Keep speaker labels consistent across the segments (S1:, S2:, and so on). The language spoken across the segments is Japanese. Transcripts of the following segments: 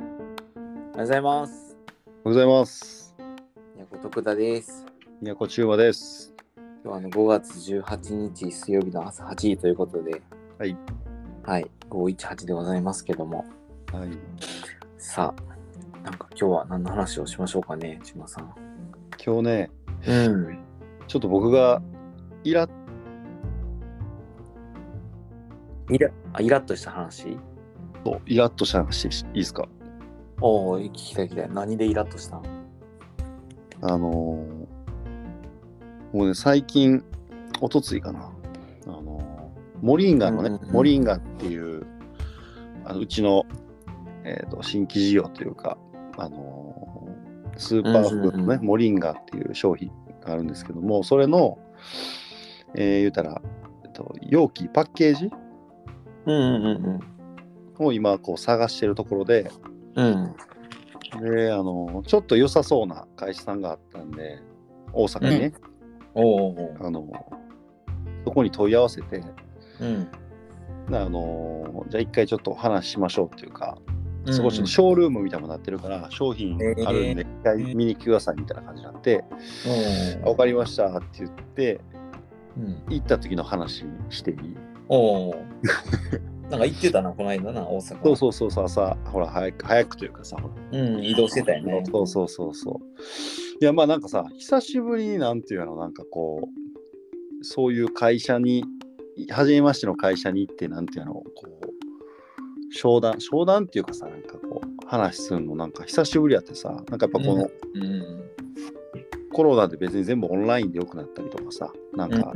S1: はようございます。
S2: おはようございます。
S1: いや、ごとくだです。
S2: 宮古中馬です。
S1: 今日はあの5月18日水曜日の朝8時ということで、
S2: はい。
S1: はい、518でございますけども、
S2: はい。
S1: さあ、なんか今日は何の話をしましょうかね、千葉さん。
S2: 今日ね、
S1: うん。
S2: ちょっと僕がイラッ
S1: イラあイラッとした話
S2: と、イラッとした話していいですか
S1: おお、聞きたい聞きたい。何でイラッとしたの
S2: あのーもうね、最近、おとついかな。あのーモリンガのね、
S1: うんうんうん
S2: モリンガっていう、あのうちの、えー、と新規事業というか、あのースーパーフードのね、
S1: うんうんうん
S2: モリンガっていう商品があるんですけども、それの、えー言うたら、えっと、容器、パッケージ
S1: うんうん
S2: を今こう探してるところで
S1: うん。うん。
S2: であのちょっと良さそうな会社さんがあったんで大阪にね、
S1: おお。
S2: あのそこに問い合わせて
S1: うん。
S2: であのじゃあ一回ちょっとお話ししましょうっていうか、そこちょっとシ
S1: ょ
S2: ョールームみたいになってるから商品あるんで一回見に来てくださいみたいな感じになって「分かりました」って言って
S1: うん。
S2: 行った時の話していい
S1: おお。なんか言ってたな、この間な、大阪
S2: そうそうそうそう朝ほら早く早くというかさほら
S1: う。うん、移動してたよね。
S2: そうそうそうそう。いやまあなんかさ久しぶりになんていうのなんかこうそういう会社に初めましての会社に行ってなんていうのこう商談商談っていうかさなんかこう話するのなんか久しぶりやってさなんかやっぱこの
S1: うん。
S2: コロナで別に全部オンラインで良くなったりとかさなんか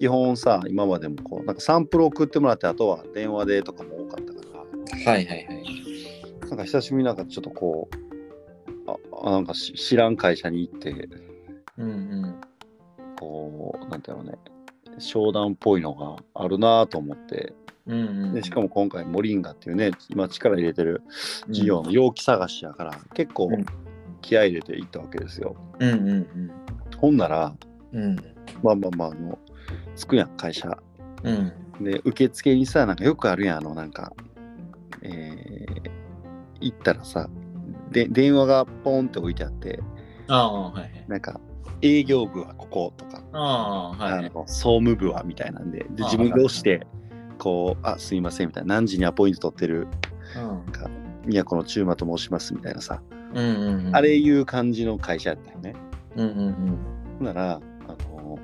S2: 基本さ今までもこうなんかサンプル送ってもらってあとは電話でとかも多かったから
S1: はいはいはい。
S2: なんか久しぶりになんかちょっとこうああなんかし知らん会社に行って
S1: うんうん。
S2: こう、なんていうのね、商談っぽいのがあるなぁと思って、
S1: うんうん、
S2: でしかも今回、モリンガっていうね、今力入れてる事業の容器探しやから、結構
S1: うん
S2: 気合い入れていったわけですよ。
S1: うんうんうん
S2: ほんなら、
S1: うん
S2: まあまあまあ、あの、つくやん、会社。
S1: うん
S2: で、受付にさ、なんかよくあるやん、あの、なんか、えー行ったらさ、で電話がポンって置いてあって、
S1: ああはいはい
S2: なんか、営業部はこことか、
S1: ああはいは
S2: あ
S1: い
S2: の総務部はみたいなんでで
S1: あ
S2: 自分が押してこう「あすいません」みたいな「何時にアポイント取ってる宮古の中馬と申します」みたいなさ、
S1: うんうんうん
S2: あれいう感じの会社やったよね。
S1: うんうん
S2: ほんならあの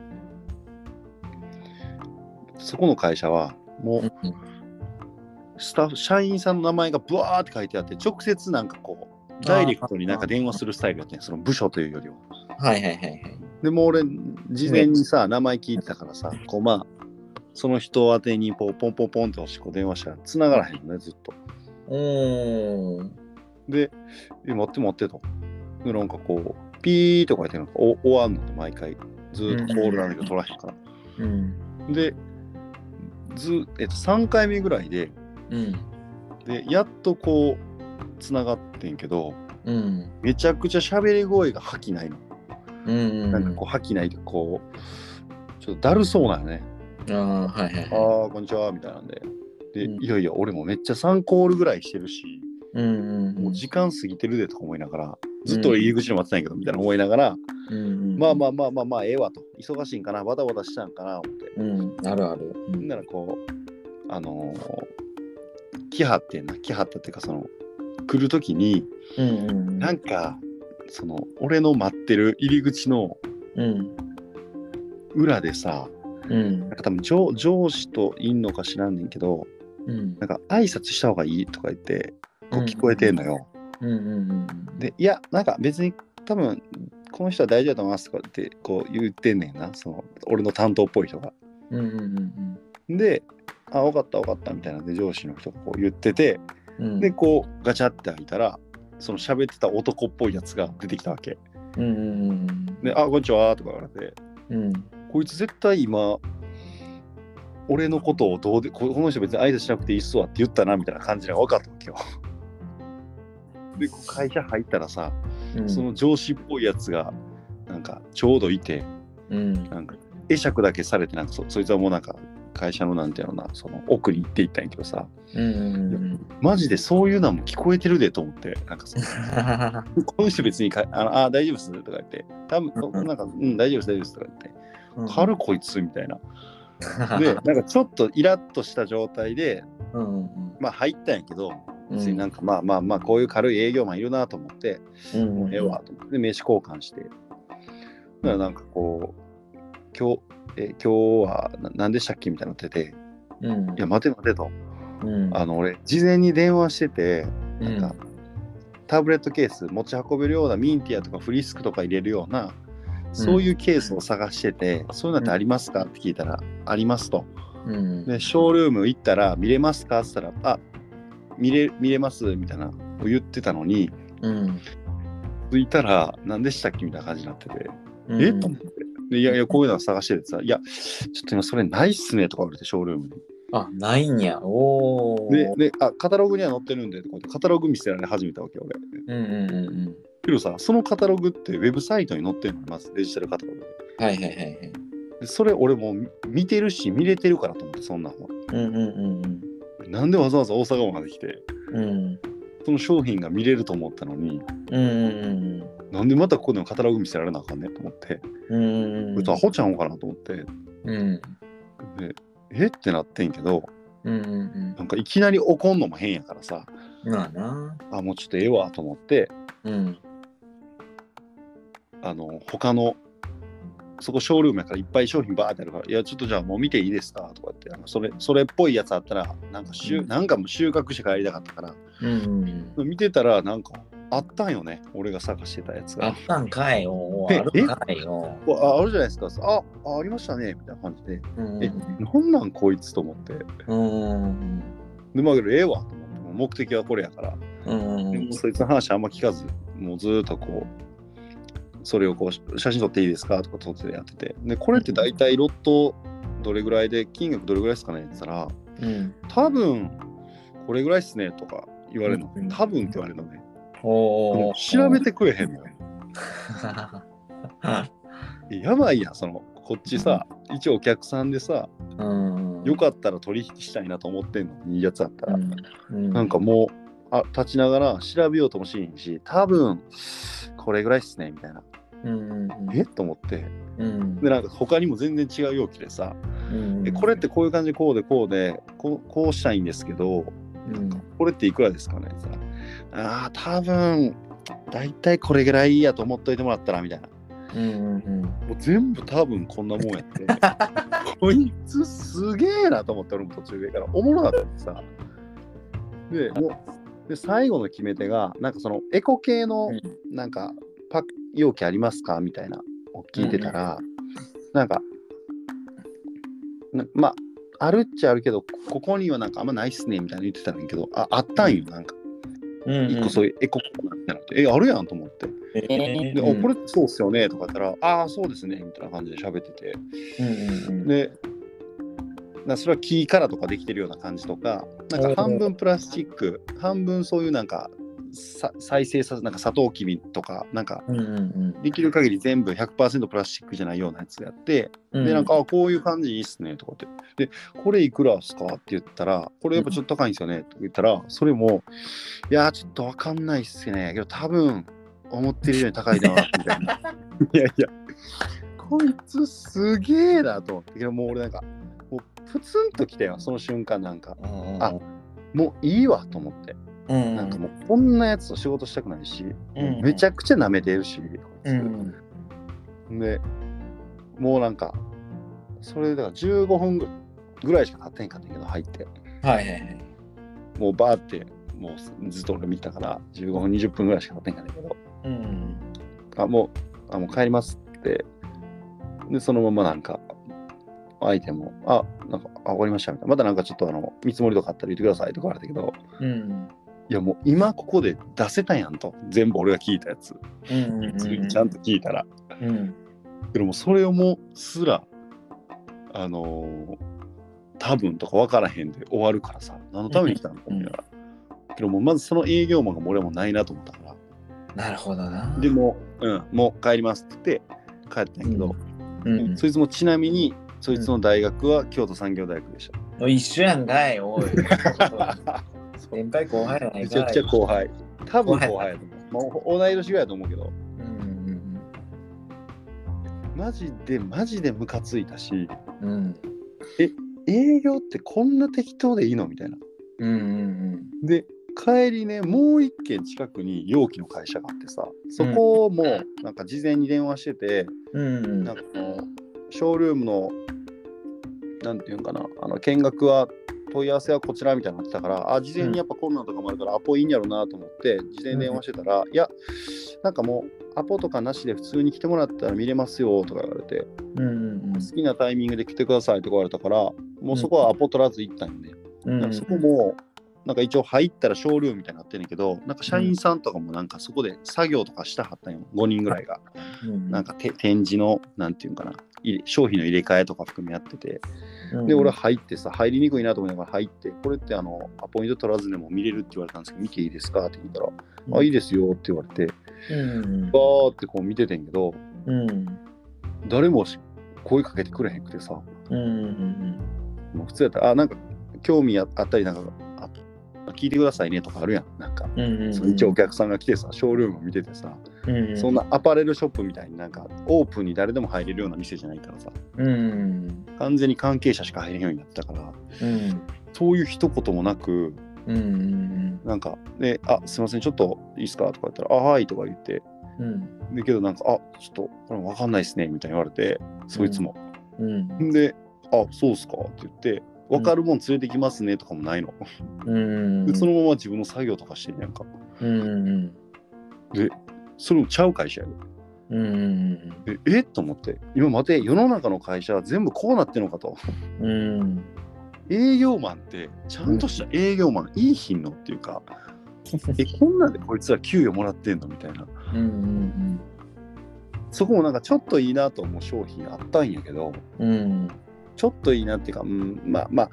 S2: そこの会社はも
S1: うん
S2: うスタッフ社員さんの名前がブワーって書いてあって直接なんかこうダイレクトになんか電話するスタイルやったんやその部署というよりは。
S1: はいはいはいはい
S2: でもう俺事前にさ名前聞いてたからさこうまあその人宛てにポンポンポンポンって押してこう電話したら繋がらへんのねずっと
S1: おー
S2: でえ待って待ってとでなんかこうピーとか言ってなんかお終わんのって毎回ずーっとコールなのけど取らへんから、
S1: うん
S2: でず、えっと、3回目ぐらいで
S1: うん
S2: でやっとこう繋がってんけど
S1: うん
S2: めちゃくちゃ喋り声が吐きないの、
S1: うん
S2: なんかこう吐きないでこうちょっとだるそうなのね
S1: うんああはいはいはい
S2: ああ、こんにちは、みたいなんで。で、
S1: うん
S2: いやいや、俺もめっちゃ3コールぐらいしてるし、
S1: うんうん
S2: もう時間過ぎてるでとか思いながら、ずっと俺入り口で待ってないけど、みたいな思いながら、
S1: うんうん
S2: まあまあまあまあまあ、ええわと。忙しいんかな、バタバタしたんかな、思って。
S1: うんあるある
S2: ほんならこう、あのー、来はってんな、来はったっていうか、その、来るときに、
S1: うんうん
S2: なんか、その、俺の待ってる入り口の
S1: うん
S2: 裏でさ、
S1: うん
S2: なんか多分上上司といんのか知らんねんけど、
S1: うん
S2: なんか挨拶した方がいいとか言って、こう聞こえてんのよ。
S1: うんうんうん
S2: でいやなんか別に多分この人は大丈夫だと思いますとかってこう言ってんねんなその俺の担当っぽい人が。
S1: うんうんうん
S2: で「あ分かった分かった」みたいなんで上司の人がこう言ってて
S1: うん
S2: でこうガチャって開いたらその喋ってた男っぽいやつが出てきたわけ。
S1: うんうんうん
S2: で「あこんにちは」とか言われて
S1: うん
S2: こいつ絶対今俺のことをどうでここの人別に挨拶しなくていいっすわって言ったなみたいな感じが分かったわけよ。でこう会社入ったらさ
S1: うん
S2: その上司っぽいやつがなんかちょうどいて
S1: うん
S2: なんか会釈だけされてなんかそそいつはもうなんか会社のなんていうのかなその奥に行っていったんやけどさ、
S1: うんうんうん
S2: マジでそういうのはもう聞こえてるでと思って、なんかそ のこの人別にかあのあ大丈夫っすとか言って、多
S1: うんう
S2: 分
S1: ん
S2: なんか、うん、大丈夫です、大丈夫ですとか言って、
S1: 軽
S2: 軽こいつみたいな。で、なんかちょっとイラッとした状態で、
S1: うんうん
S2: まあ入ったんやけど、
S1: うん。
S2: 別になんかまあまあまあ、こういう軽い営業マンいるなと思って、
S1: うん、
S2: もうええわと思って、で名刺交換して。だからなんかこう、今日、え今日はな何でしたっけみたいになってて、
S1: うん。
S2: いや、待て待てと。
S1: うん、
S2: あの俺、事前に電話してて、
S1: う
S2: なんか、タブレットケース持ち運べるようなミンティアとかフリスクとか入れるようなそういうケースを探してて、そういうのってありますかって聞いたら、ありますと。
S1: うん。
S2: で、ショールーム行ったら、見れますかって言ったら、あ見れ見れますみたいなを言ってたのに、
S1: うん。
S2: 着いたら、何でしたっけみたいな感じになってて、
S1: うん
S2: えと思って。でいやいや、こういうのを探しててさ、いや、ちょっと今それないっすねとか言われて、ショールームに。
S1: あ、ないんや。おお。
S2: で、であカタログには載ってるんでとか言って、カタログ見せられ始めたわけよ、俺。
S1: うんうんうん
S2: ヒロさん、そのカタログってウェブサイトに載ってるの、まずデジタルカタログで。
S1: うん。はいはいはいはい。
S2: でそれ俺もう見てるし見れてるからと思ってそんなも
S1: うんうんうん
S2: んなんでわざわざ大阪まで来て
S1: うん。うん。
S2: その商品が見れると思ったのに
S1: うんうん
S2: なんでまたここでもカタログ見せられなあかんねんと思って、
S1: うん。うん
S2: う。とアホちゃうんかなと思って
S1: うん。
S2: でえってなってんけど
S1: うんうん
S2: なんかいきなり怒んのも変やからさ
S1: うん。まあな。
S2: あもうちょっとええわと思って
S1: うん。
S2: あの他のそこショールームやからいっぱい商品バーってあるから「いやちょっとじゃあもう見ていいですか?」とかってあのそれそれっぽいやつあったらなんかしゅ、
S1: うん
S2: なんかもう収穫して帰りたかったから
S1: うんうん。
S2: 見てたらなんかあったんよね俺が探してたやつ
S1: あ
S2: が
S1: っ。たんかいよ。おー
S2: え
S1: あるんかいよ。
S2: こうああるじゃないですかああありましたねみたいな感じで
S1: うん
S2: えなんなんこいつと思って
S1: うん。
S2: でまあけどええわと思ってもう目的はこれやから、
S1: うんうん。
S2: そいつの話あんま聞かずもうずーっとこうそれをこう写真撮っていいですかとか撮ってやっててでこれって大体ロットどれぐらいで金額どれぐらいですかねって言ったら
S1: うん。
S2: 多分これぐらいっすねとか言われるの、
S1: うん
S2: 多分って言われるのね、
S1: おお。
S2: 調べてくれへんのよやばいやんそのこっちさ、一応お客さんでさ
S1: うん。
S2: よかったら取引したいなと思ってんのにいいやつだったら、
S1: うん。
S2: なんかもうあ立ちながら調べようともしんし多分これぐらいっすねみたいな
S1: うんうん
S2: えっと思って
S1: うん。
S2: でなんか他にも全然違う容器でさ、
S1: うん
S2: えこれってこういう感じでこうでこうでこうこうしたいんですけど
S1: うん
S2: これっていくらですかねさあー多分大体これぐらいやと思っといてもらったらみたいな
S1: うんうん
S2: もう全部多分こんなもんやって こいつすげえなと思って俺も途中でからおもろかったんでさでもうで最後の決め手がなんかそのエコ系の
S1: うん
S2: なんかパック容器ありますかみたいなを聞いてたら、なんかなまああるっちゃあるけどここにはなんかあんまないっすねみたいな言ってたんだけどああったんよなんか
S1: うんうん。
S2: 一個そういうエココーナーみたいなのってえあるやんと思って
S1: えー
S2: で、おこれってそうっすよねとか言ったらああそうですねみたいな感じで喋ってて
S1: うんうん
S2: でなそれは木からとかできてるような感じとかなんか半分プラスチック半分そういうなんかさ再生させなんかサトウキビとかなんか
S1: うんうん
S2: できる限り全部100%プラスチックじゃないようなやつやって、
S1: うん。
S2: でなんかあこういう感じいいっすねとかってでこれいくらっすかって言ったらこれやっぱちょっと高いんですよねとか言ったらそれもいやーちょっとわかんないっすねけど多分思ってるより高いなみたい ないやいやこいつすげえなと思ってけどもう俺なんかもうプツンときたよその瞬間なんか
S1: うんうん、
S2: あもういいわと思って、
S1: うん
S2: なんかもうこんなやつと仕事したくないし、
S1: うん
S2: めちゃくちゃ舐めてるし、こいつ
S1: うん
S2: でもうなんかそれだから15分ぐぐらいしか経ってへんかったんやけど入って
S1: はいはいはい。
S2: もうバーってもうずっと俺見てたから15分20分ぐらいしか経ってへんかったんやけ
S1: うん
S2: どあもうあもう帰りますってでそのままなんか相手も「あなんかあ分かりました」みたいなまたなんかちょっとあの見積もりとかあったら言ってくださいとか言われたけど
S1: うん
S2: いやもう今ここで出せたやんと全部俺が聞いたやつ、
S1: うんうんうん
S2: ちゃんと聞いたら
S1: うん
S2: けどもそれをもすらあのー多分とか分からへんで終わるからさ何のために来たのか
S1: うん
S2: みたいな。けどもうまずその営業マンがもう俺はもうないなと思ったか
S1: なるほどな
S2: ら。でもう、うん、もう帰りますって言って帰ったんやけど、
S1: うんうん
S2: そいつもちなみにそいつの大学は京都産業大学でした。
S1: 一緒やんかい、おい。先輩後輩やない
S2: め
S1: か
S2: ちゃくちゃ後輩。多分
S1: 後
S2: 後
S1: 輩
S2: 輩やと思う。まあ、同い年ぐらいだと思うけど、
S1: うんうん
S2: マジでマジでムカついたし、
S1: うんうん
S2: 営業ってこんな適当でいいのみたいな。
S1: うんうん
S2: で、帰りね、もう一軒近くに容器の会社があってさ、そこもなんか事前に電話してて、
S1: うんうんうん
S2: なんかこのショールームの、なんていうんかな、あの見学は問い合わせはこちらみたいになってたから、あ、事前にやっぱこんなんとかもあるから、アポいいんやろうなと思って、事前に電話してたら、いや、なんかもう、アポとかなしで普通に来てもらったら見れますよとか言われて、
S1: うんうん
S2: 好きなタイミングで来てくださいとか言われたから、もうそこはアポ取らず行ったんで、
S1: うん
S2: なんかそこも、なんか一応入ったらショールームみたいになってんねんけど、なんか社員さんとかもなんかそこで作業とかしたはったんよ、5人ぐらいが。
S1: うん
S2: なんかて展示の、なんていうんかな、入れ商品の入れ替えとか含めやってて、
S1: うん
S2: で、俺入ってさ、入りにくいなと思いながら入って、これってあの、アポイント取らずでも見れるって言われたんですけど、見ていいですかって聞いたら、あ、いいですよって言われて、
S1: うん
S2: バーってこう見ててんけど、
S1: うん
S2: 誰もし声かけてくれへんくてさ、も
S1: うんうん
S2: う普通やったら、あ、なんか興味ああったり、なんか、あ聞いてくださいねとかあるやん、なんか。
S1: うんうん
S2: その一応お客さんが来てさ、ショールーム見ててさ、
S1: うん
S2: そんなアパレルショップみたいになんかオープンに誰でも入れるような店じゃないからさ、
S1: うん
S2: 完全に関係者しか入れんようになったから
S1: うん
S2: そういう一言もなく
S1: うんうん
S2: なんか「であすいませんちょっといいっすか?」とか言ったら「あはい」とか言って
S1: うん
S2: だけどなんか「あちょっとこれ分かんないっすね」みたいに言われてそいつも、
S1: うん
S2: ん、で「あそうっすか」って言って「分かるもん連れてきますね」とかもないの、
S1: うん
S2: でそのまま自分の作業とかしてんねやんか
S1: うんうん
S2: それもちゃう会社やで
S1: うんうん
S2: でえと思って今待て世の中の会社は全部こうなってんのかと
S1: うん
S2: 営業マンってちゃんとした営業マン、いい品のっていうかえこんなんでこいつら給与もらってんのみたいな
S1: うんうん
S2: そこもなんかちょっといいなと思う商品あったんやけど
S1: うん
S2: ちょっといいなっていうか、うん、まあまあ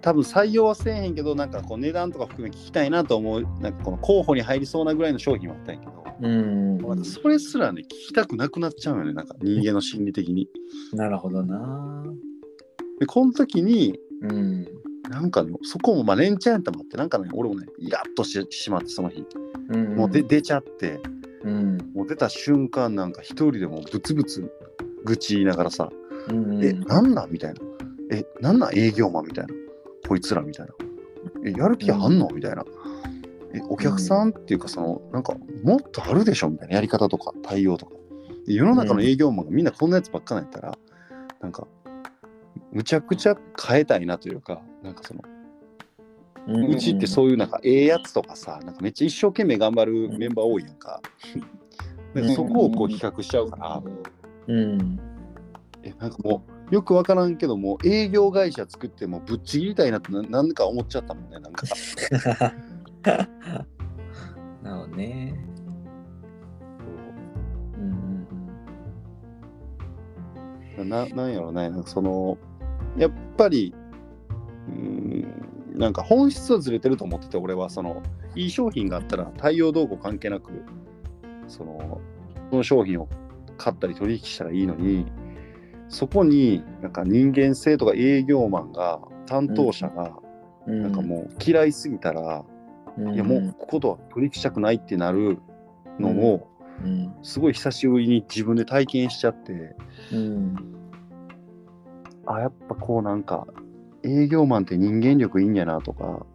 S2: 多分採用はせえへんけどなんかこう値段とか含め聞きたいなと思うなんかこの候補に入りそうなぐらいの商品はあったんやけど、
S1: うん
S2: なんかそれすらね聞きたくなくなっちゃうよねなんか人間の心理的に。
S1: なるほどな
S2: でこの時に
S1: うん
S2: なんかねそこもまあレンチャンやったもあってなんかね俺もねイラッとしてしまってその日
S1: うん
S2: もうで出ちゃって
S1: うん
S2: もう出た瞬間なんか一人でもうブツブツ愚痴言いながらさ
S1: うん
S2: え、なんなんみたいな。え、なんなん営業マンみたいな。こいつらみたいな。え、やる気あんのみたいな。え、お客さんっていうか、その、なんか、もっとあるでしょみたいなやり方とか、対応とか。で世の中の営業マンがみんなこんなやつばっかなんやったら、なんか、むちゃくちゃ変えたいなというか、なんかその、うちってそういうなんか、ええやつとかさ、なんかめっちゃ一生懸命頑張るメンバー多いやんか。
S1: うん
S2: でそこをこう比較しちゃうから、
S1: うん
S2: えなんかもうよく分からんけどもう営業会社作ってもうぶっちぎりたいなってななんか思っちゃったもんねなん か
S1: なのねうん
S2: ななんやろねなんかそのやっぱりうーんなんか本質はずれてると思ってて俺はそのいい商品があったら対応動向関係なくそのその商品を買ったり取引したらいいのにそこになんか人間性とか営業マンが担当者が
S1: うんうん
S2: なんかもう嫌いすぎたら、
S1: うん
S2: いやもうこことは取引したくないってなるのを
S1: うん
S2: すごい久しぶりに自分で体験しちゃって
S1: うん
S2: あやっぱこうなんか営業マンって人間力いいんやなとか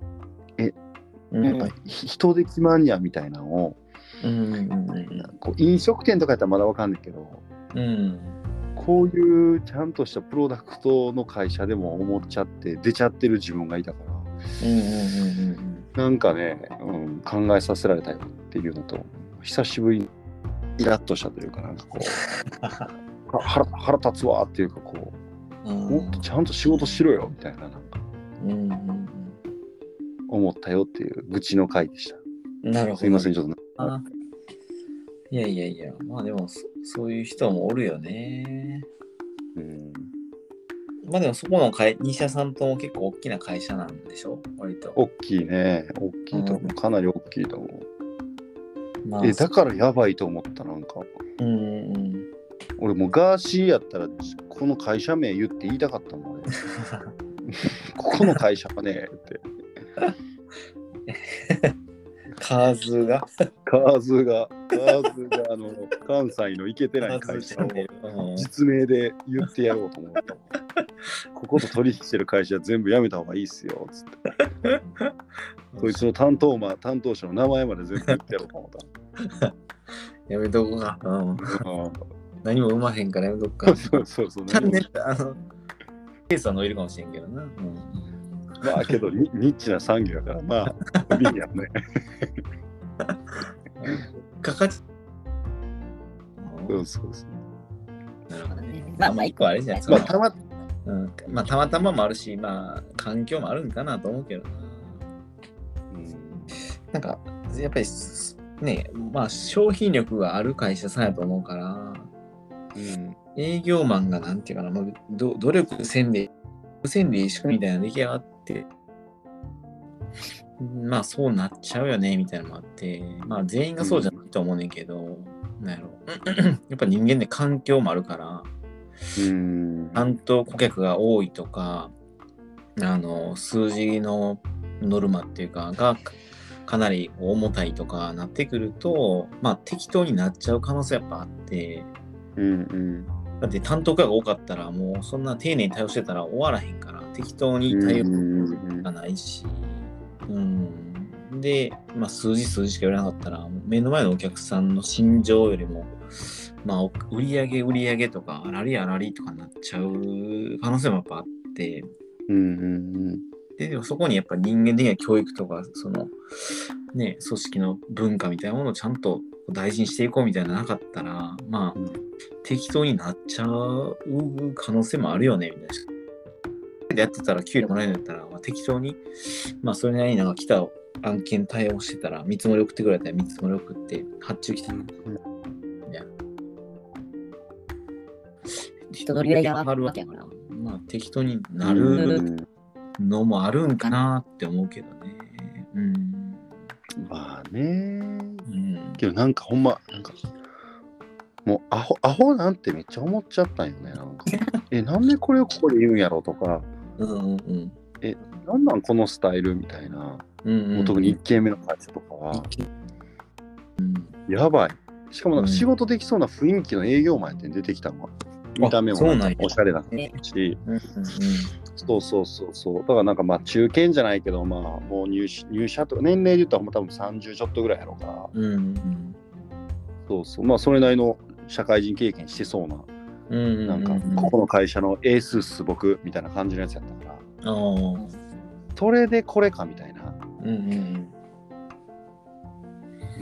S1: うん
S2: やっぱひ人で決まんやみたいなのを
S1: うんうん
S2: こう飲食店とかやったらまだわかんないけど
S1: うん
S2: こういうちゃんとしたプロダクトの会社でも思っちゃって出ちゃってる自分がいたか
S1: うんうんうん
S2: らなんかね、うん、考えさせられたよっていうのと久しぶりにイラッとしたというかなんかこう は腹腹立つわっていうかこう
S1: うん
S2: もっとちゃんと仕事しろよみたいななんか
S1: うんうん
S2: 思ったよっていう愚痴の回でし
S1: うんなるほど
S2: た。すいません、ちょっと
S1: あいやいやいや、まあでもそ、そういう人もおるよね。
S2: うん
S1: まあでも、そこの会西田さんとも結構大きな会社なんでしょ割と。
S2: 大きいね、大きいと思う、かなり大きいと思う。
S1: まあ、
S2: え、だからやばいと思った、なんか。
S1: うんうん うん。
S2: 俺もうガーシーやったら、この会社名言って言い たかったもん、俺ここの会社はね、って。
S1: 数が。
S2: カーズが、カーズが、 あの、関西のいけてない会社を
S1: うん
S2: 実名で言ってやろうと思った。ここと取引してる会社全部やめた方がいいっすよ、つって。そいつの担当ま、担当者の名前まで全部言ってやろうと思っ
S1: やめとこうか。うん
S2: た。うん
S1: 何も生まへんからやめ とこうか。チ
S2: そうそうそう。
S1: ャンネル、あの、ケースは伸びるかもしれんけどな。うん
S2: まあけどニ、ニッチな産業やから、まあ、いいやね。
S1: かかっ
S2: そうそうそう。
S1: なるほどねまあまあ一個あれじゃないです
S2: ま
S1: か
S2: あ、。たま、
S1: うんまあたまたまもあるし、まあ環境もあるんかなと思うけどな。なんかやっぱりすね、まあ商品力がある会社さんやと思うから、
S2: うん。
S1: 営業マンがなんていうかな、まあ、ど努力せんで、せんでいい仕組みみたいなの出来上がって、まあそうなっちゃうよねみたいなのもあって、まあ全員がそうじゃないと思うねんけど、なんやろ やっぱ人間で環境もあるから、
S2: うん。
S1: 担当顧客が多いとかあの数字のノルマっていうかがかなり重たいとかなってくるとまあ適当になっちゃう可能性やっぱあって
S2: うん。うん。
S1: だって担当顧客が多かったらもうそんな丁寧に対応してたら終わらへんから適当に対応がないしうんで、まあ、数字数字しか言われなかったら目の前のお客さんの心情よりも、まあ、お売り上げ売り上げとかあらりあらりとかなっちゃう可能性もやっぱあって
S2: うん。うん。
S1: ででもそこにやっぱ人間的な教育とかそのね組織の文化みたいなものをちゃんと大事にしていこうみたいなのなかったらまあ、
S2: うん
S1: 適当になっちゃう可能性もあるよねみたいな。でやってたら給料もらえないんだったら、まあ、適当にまあそれなりになんか来た案件対応してたら見積もり送ってくれたら見積もり送って発注来たら
S3: 人通りが上がるわけやから。
S1: まあ適当になる
S2: うん
S1: のもあるんかなって思うけどね。うん。
S2: まあね。
S1: うん
S2: けどなんかほんまなんかもうアホアホなんてめっちゃ思っちゃったんよねなんかえなんでこれをここで言うんやろとか
S1: うんうん
S2: なんなんこのスタイルみたいな、
S1: うん。
S2: もう特に1軒目の会社とかは
S1: うん、
S2: やばいしかもなんか仕事できそうな雰囲気の営業マンやってん出てきたのは見た目も
S1: そう
S2: なん
S1: なん
S2: か
S1: や
S2: おしゃれな
S3: ね
S2: し
S1: うんうん
S2: そうそうそうそうだからなんかまあ中堅じゃないけどまあもう入社入社とか年齢で言ったらもう多分30ちょっとぐらいやろうから
S1: うんうん
S2: そうそうまあそれなりの社会人経験してそうな
S1: うんうん
S2: なんか
S1: うう
S2: ここの会社のエースっす僕みたいな感じのやつやったか
S1: あ
S2: ら
S1: あうん
S2: それでこれかみたいな
S1: うんうん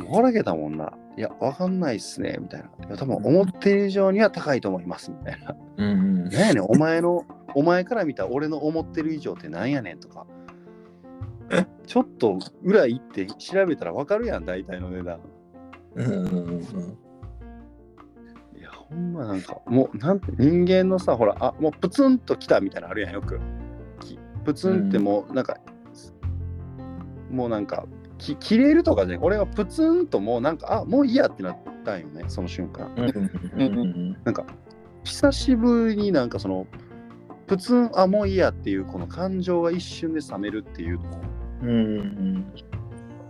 S2: 笑けたもんないやわかんないっすねみたいないや多分思ってる以上には高いと思いますみたいな
S1: うんうん
S2: なんやねんお前のお前から見た俺の思ってる以上ってなんやねんとかちょっと裏行って調べたらわかるやん大体の値段
S1: うんうんうん
S2: いやほんまなんかもうなんて人間のさほらあもうプツンときたみたいなのあるやんよくきプツンってもうなんか、もうなんかき切れるとかじゃなく俺がプツンともうなんかあもういいやってなったんよねその瞬間
S1: うんうん
S2: 久しぶりになんかそのプツンあもういいやっていうこの感情が一瞬で冷めるっていうのを
S1: うんうん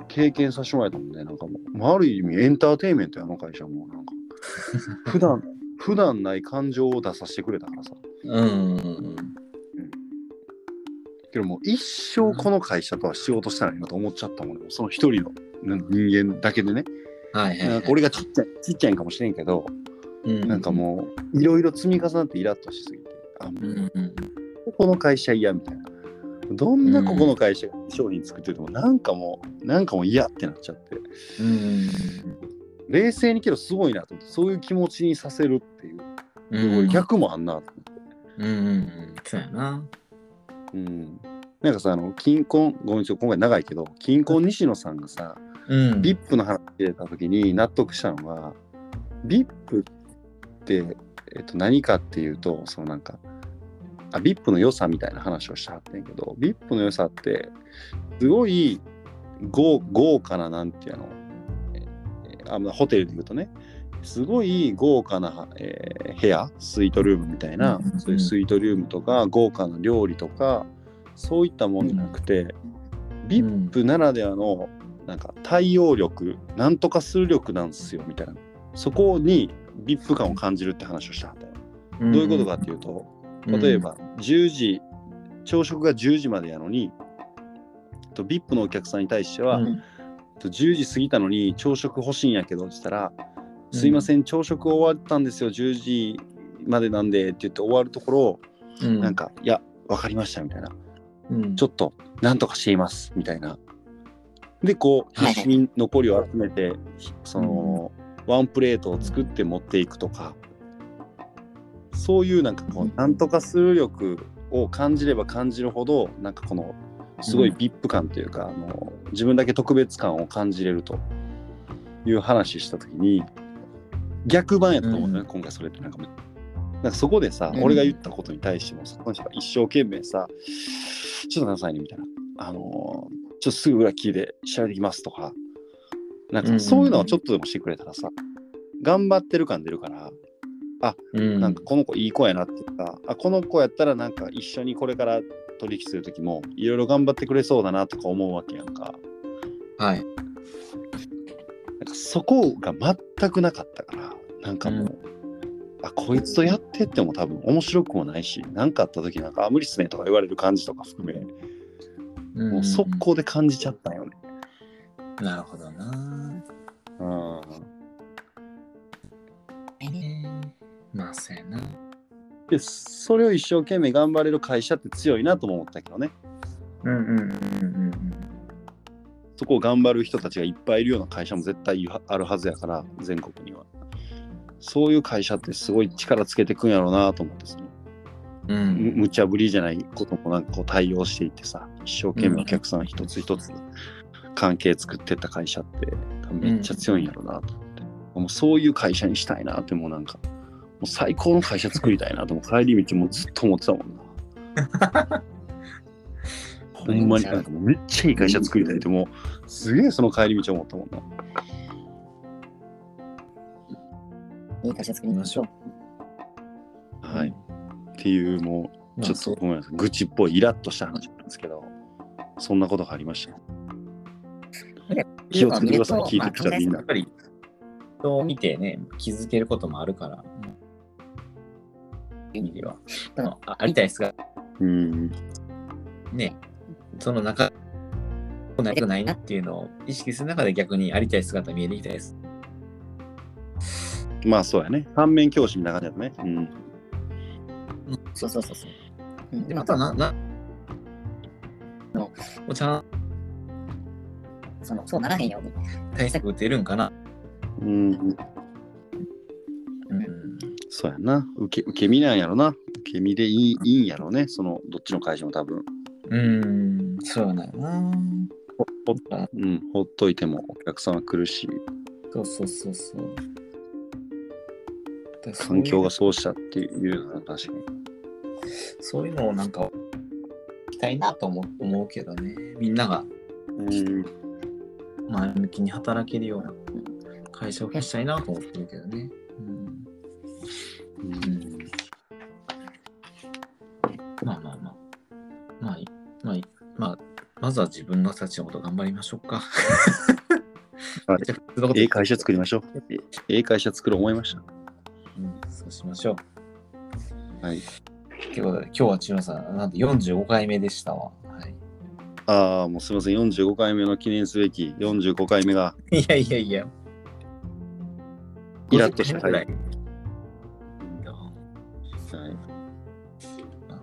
S2: 経験させてもらえたもんねなんかもう、まあ、ある意味エンターテインメントやあの会社 もなんか普段普段ない感情を出させてくれたからさ
S1: うんうん
S2: けどもう一生この会社とは仕事したらいいなと思っちゃったもんねその一人のな人間だけでね
S1: はいはい
S2: な
S1: は
S2: ん
S1: い
S2: か俺がちっちゃいちっちゃいんかもしれんけど
S1: うん
S2: なんかもういろいろ積み重なってイラッとしすぎてあも
S1: う
S2: うん
S1: うん
S2: ここの会社嫌みたいなどんなここの会社が商品作っててもなんかもうなんかもう嫌ってなっちゃって
S1: うん
S2: 冷静にけどすごいなと思ってそういう気持ちにさせるっていう
S1: う
S2: すごい
S1: ん
S2: 逆もあんなと思って。
S1: うんうんうんそうやな
S2: うんなんかさあの金婚ごめんちょっと今回長いけど金婚西野さんがさ、
S1: うん
S2: ビップの話出た時に納得したのが、ビップって、えっと、何かっていうと、そのなんか、あ、ビップの良さみたいな話をしたはってんけど、ビップの良さって、すごい豪豪華な、なんていうの、ええあまあホテルで言うとね、すごい豪華な、えー部屋、スイートルームみたいな、
S1: うん
S2: そういうスイートルームとか、豪華な料理とか、そういったもんじゃなくて、ビップならではのなんか対応力なんとかする力なんですよみたいなそこにビップ感を感じるって話をしたはったよ
S1: ど
S2: どういうことかっていうと例え、ば10時朝食が10時までやのにと VIP のお客さんに対しては、
S1: うん
S2: と10時過ぎたのに朝食欲しいんやけどって言ったら「すいません朝食終わったんですよ10時までなんで」って言って終わるところ
S1: うん、
S2: なんか「いや分かりました」みたいな
S1: うん、
S2: ちょっと、なんとかしています、みたいな。で、こう、
S3: はい
S2: 必死に残りを集めて、その、ワンプレートを作って持っていくとか、そういうなんかこ
S1: う
S2: う、
S1: ん
S2: なんとかする力を感じれば感じるほど、なんかこの、すごい
S1: うん
S2: VIP 感というか、あの自分だけ特別感を感じれるという話した時に、逆版やったと思うんだよね、今回それってなんかもうなんかそこでさ、
S1: うん
S2: 俺が言ったことに対してもさ、この人が一生懸命さ、ちょっとくださいねみたいな、あのーちょっとすぐ裏切りで調べてきますとか、なん
S1: う
S2: か
S1: ん
S2: そういうのをちょっとでもしてくれたらさ、頑張ってる感出るから、
S1: うん、
S2: なんかこの子いい子やなっていうか、あこの子やったらなんか一緒にこれから取引する時も、いろいろ頑張ってくれそうだなとか思うわけやんか。
S1: はい。
S2: なんかそこが全くなかったからなんかもう、
S1: う
S2: あこいつとやってっても多分面白くもないし何かあった時なんか「あ無理っすね」とか言われる感じとか含めもう速攻で感じちゃったんよね。
S1: うん。なるほどな。
S2: うん
S3: えね
S1: まあ、そうやな。
S2: でそれを一生懸命頑張れる会社って強いなとも思ったけどね
S1: うんうんうんうん
S2: そこを頑張る人たちがいっぱいいるような会社も絶対あるはずやから全国にはそういう会社ってすごい力つけてくんやろうなと思ってその
S1: うん。う
S2: む
S1: ん。
S2: 無茶ぶりじゃないこともなんかこう対応していってさ一生懸
S1: うん
S2: 命お客さん一つ一つ関係作ってった会社ってめっちゃ強いんやろなと思って、もうそういう会社にしたいなってもうなんかもう最高の会社作りたいなともう帰り道もずっと思ってたもんなほんまになんかもうめっちゃいい会社作りたいってもうすげえその帰り道思ったもんない
S3: い会社作りましょう。
S2: はいっていうもう
S1: ま
S2: ち
S1: あ
S2: ょっとごめんなさい愚痴っぽいイラッとした話なんですけどそんなことがありました気をつけてください聞いてきたみん
S1: や
S2: な
S1: っぱり人を見てね、気づけることもあるから。うん意味では
S3: うん
S1: あありたいですが、
S2: うん
S1: ね、その中、なくないなっていうのを意識する中で逆にありたい姿見えてきたいです。
S2: まあそうやね。反面教師みたいな感じだね。うん。
S3: そうそうそうそう。うん、
S1: で、
S3: で
S1: ま
S3: ま
S1: た
S3: た
S1: はな、な、
S3: の
S1: おちゃん
S3: そのそうならへんように。
S1: 対策打てるんかな。
S2: う
S1: う
S2: ん、
S1: ん。
S2: そうやな。受け受け身なんやろな。受け身でいいいいんやろね。そのどっちの会社も多分。
S1: うん、そうなんやな。
S2: うん。ほっといてもお客さんは来るし、
S1: そうそうそうそう。だからそうい
S2: 環
S1: う
S2: 境がそうしたっていうのは確かに。
S1: そういうのをなんか、きたいなと思う思うけどね。みんなが
S2: うん。
S1: 前向きに働けるような会社を増やしたいなと思ってるけどね。うん、
S2: うん
S1: まあまあまあ。まあいい、まあいい、まあ、まずは自分の人たちのこと頑張りましょうか。
S2: はい
S1: じゃあ普通のこと
S2: ええ会社作りましょう。えええ会社作ろう思いました。
S1: うん、そうしましょう。
S2: はい。
S1: ということで、今日は千代さん、なんて45回目でしたわ。はい
S2: ああ、もうすみません。45回目の記念すべき45回目が
S1: いやいやいや。
S2: イラッとした
S1: 50
S2: 回。
S1: ぐらい
S2: はい
S1: まあ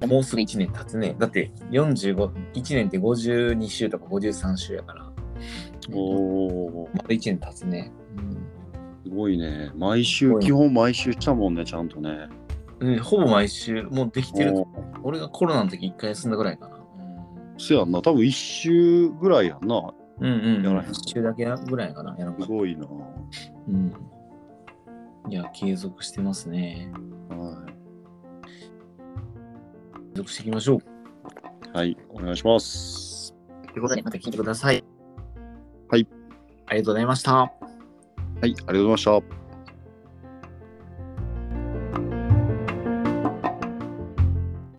S1: まあもうすぐ1年経つね。だって45、1年って52週とか53週やから、
S2: おー、
S1: まだ1年経つね。
S2: すごいね。毎週、基本毎週したもんね、ちゃんとね。
S1: うん、ほぼ毎週、もうできてる
S2: おー。
S1: 俺がコロナの時1回休んだぐらいかな。
S2: そやんな、多分一周ぐらいやんな。
S1: うんうん
S2: や
S1: う
S2: ら
S1: ん。
S2: へん
S1: 一週だけぐらいかな。やらんか
S2: す
S1: った
S2: ごいな。
S1: うん。いや、継続してますね。
S2: は
S1: 継続していきましょう。
S2: い、はい、お願いします。
S1: ということで、また聞いてください。
S2: はい。
S1: ありがとうございました。
S2: はい、ありがとうございました。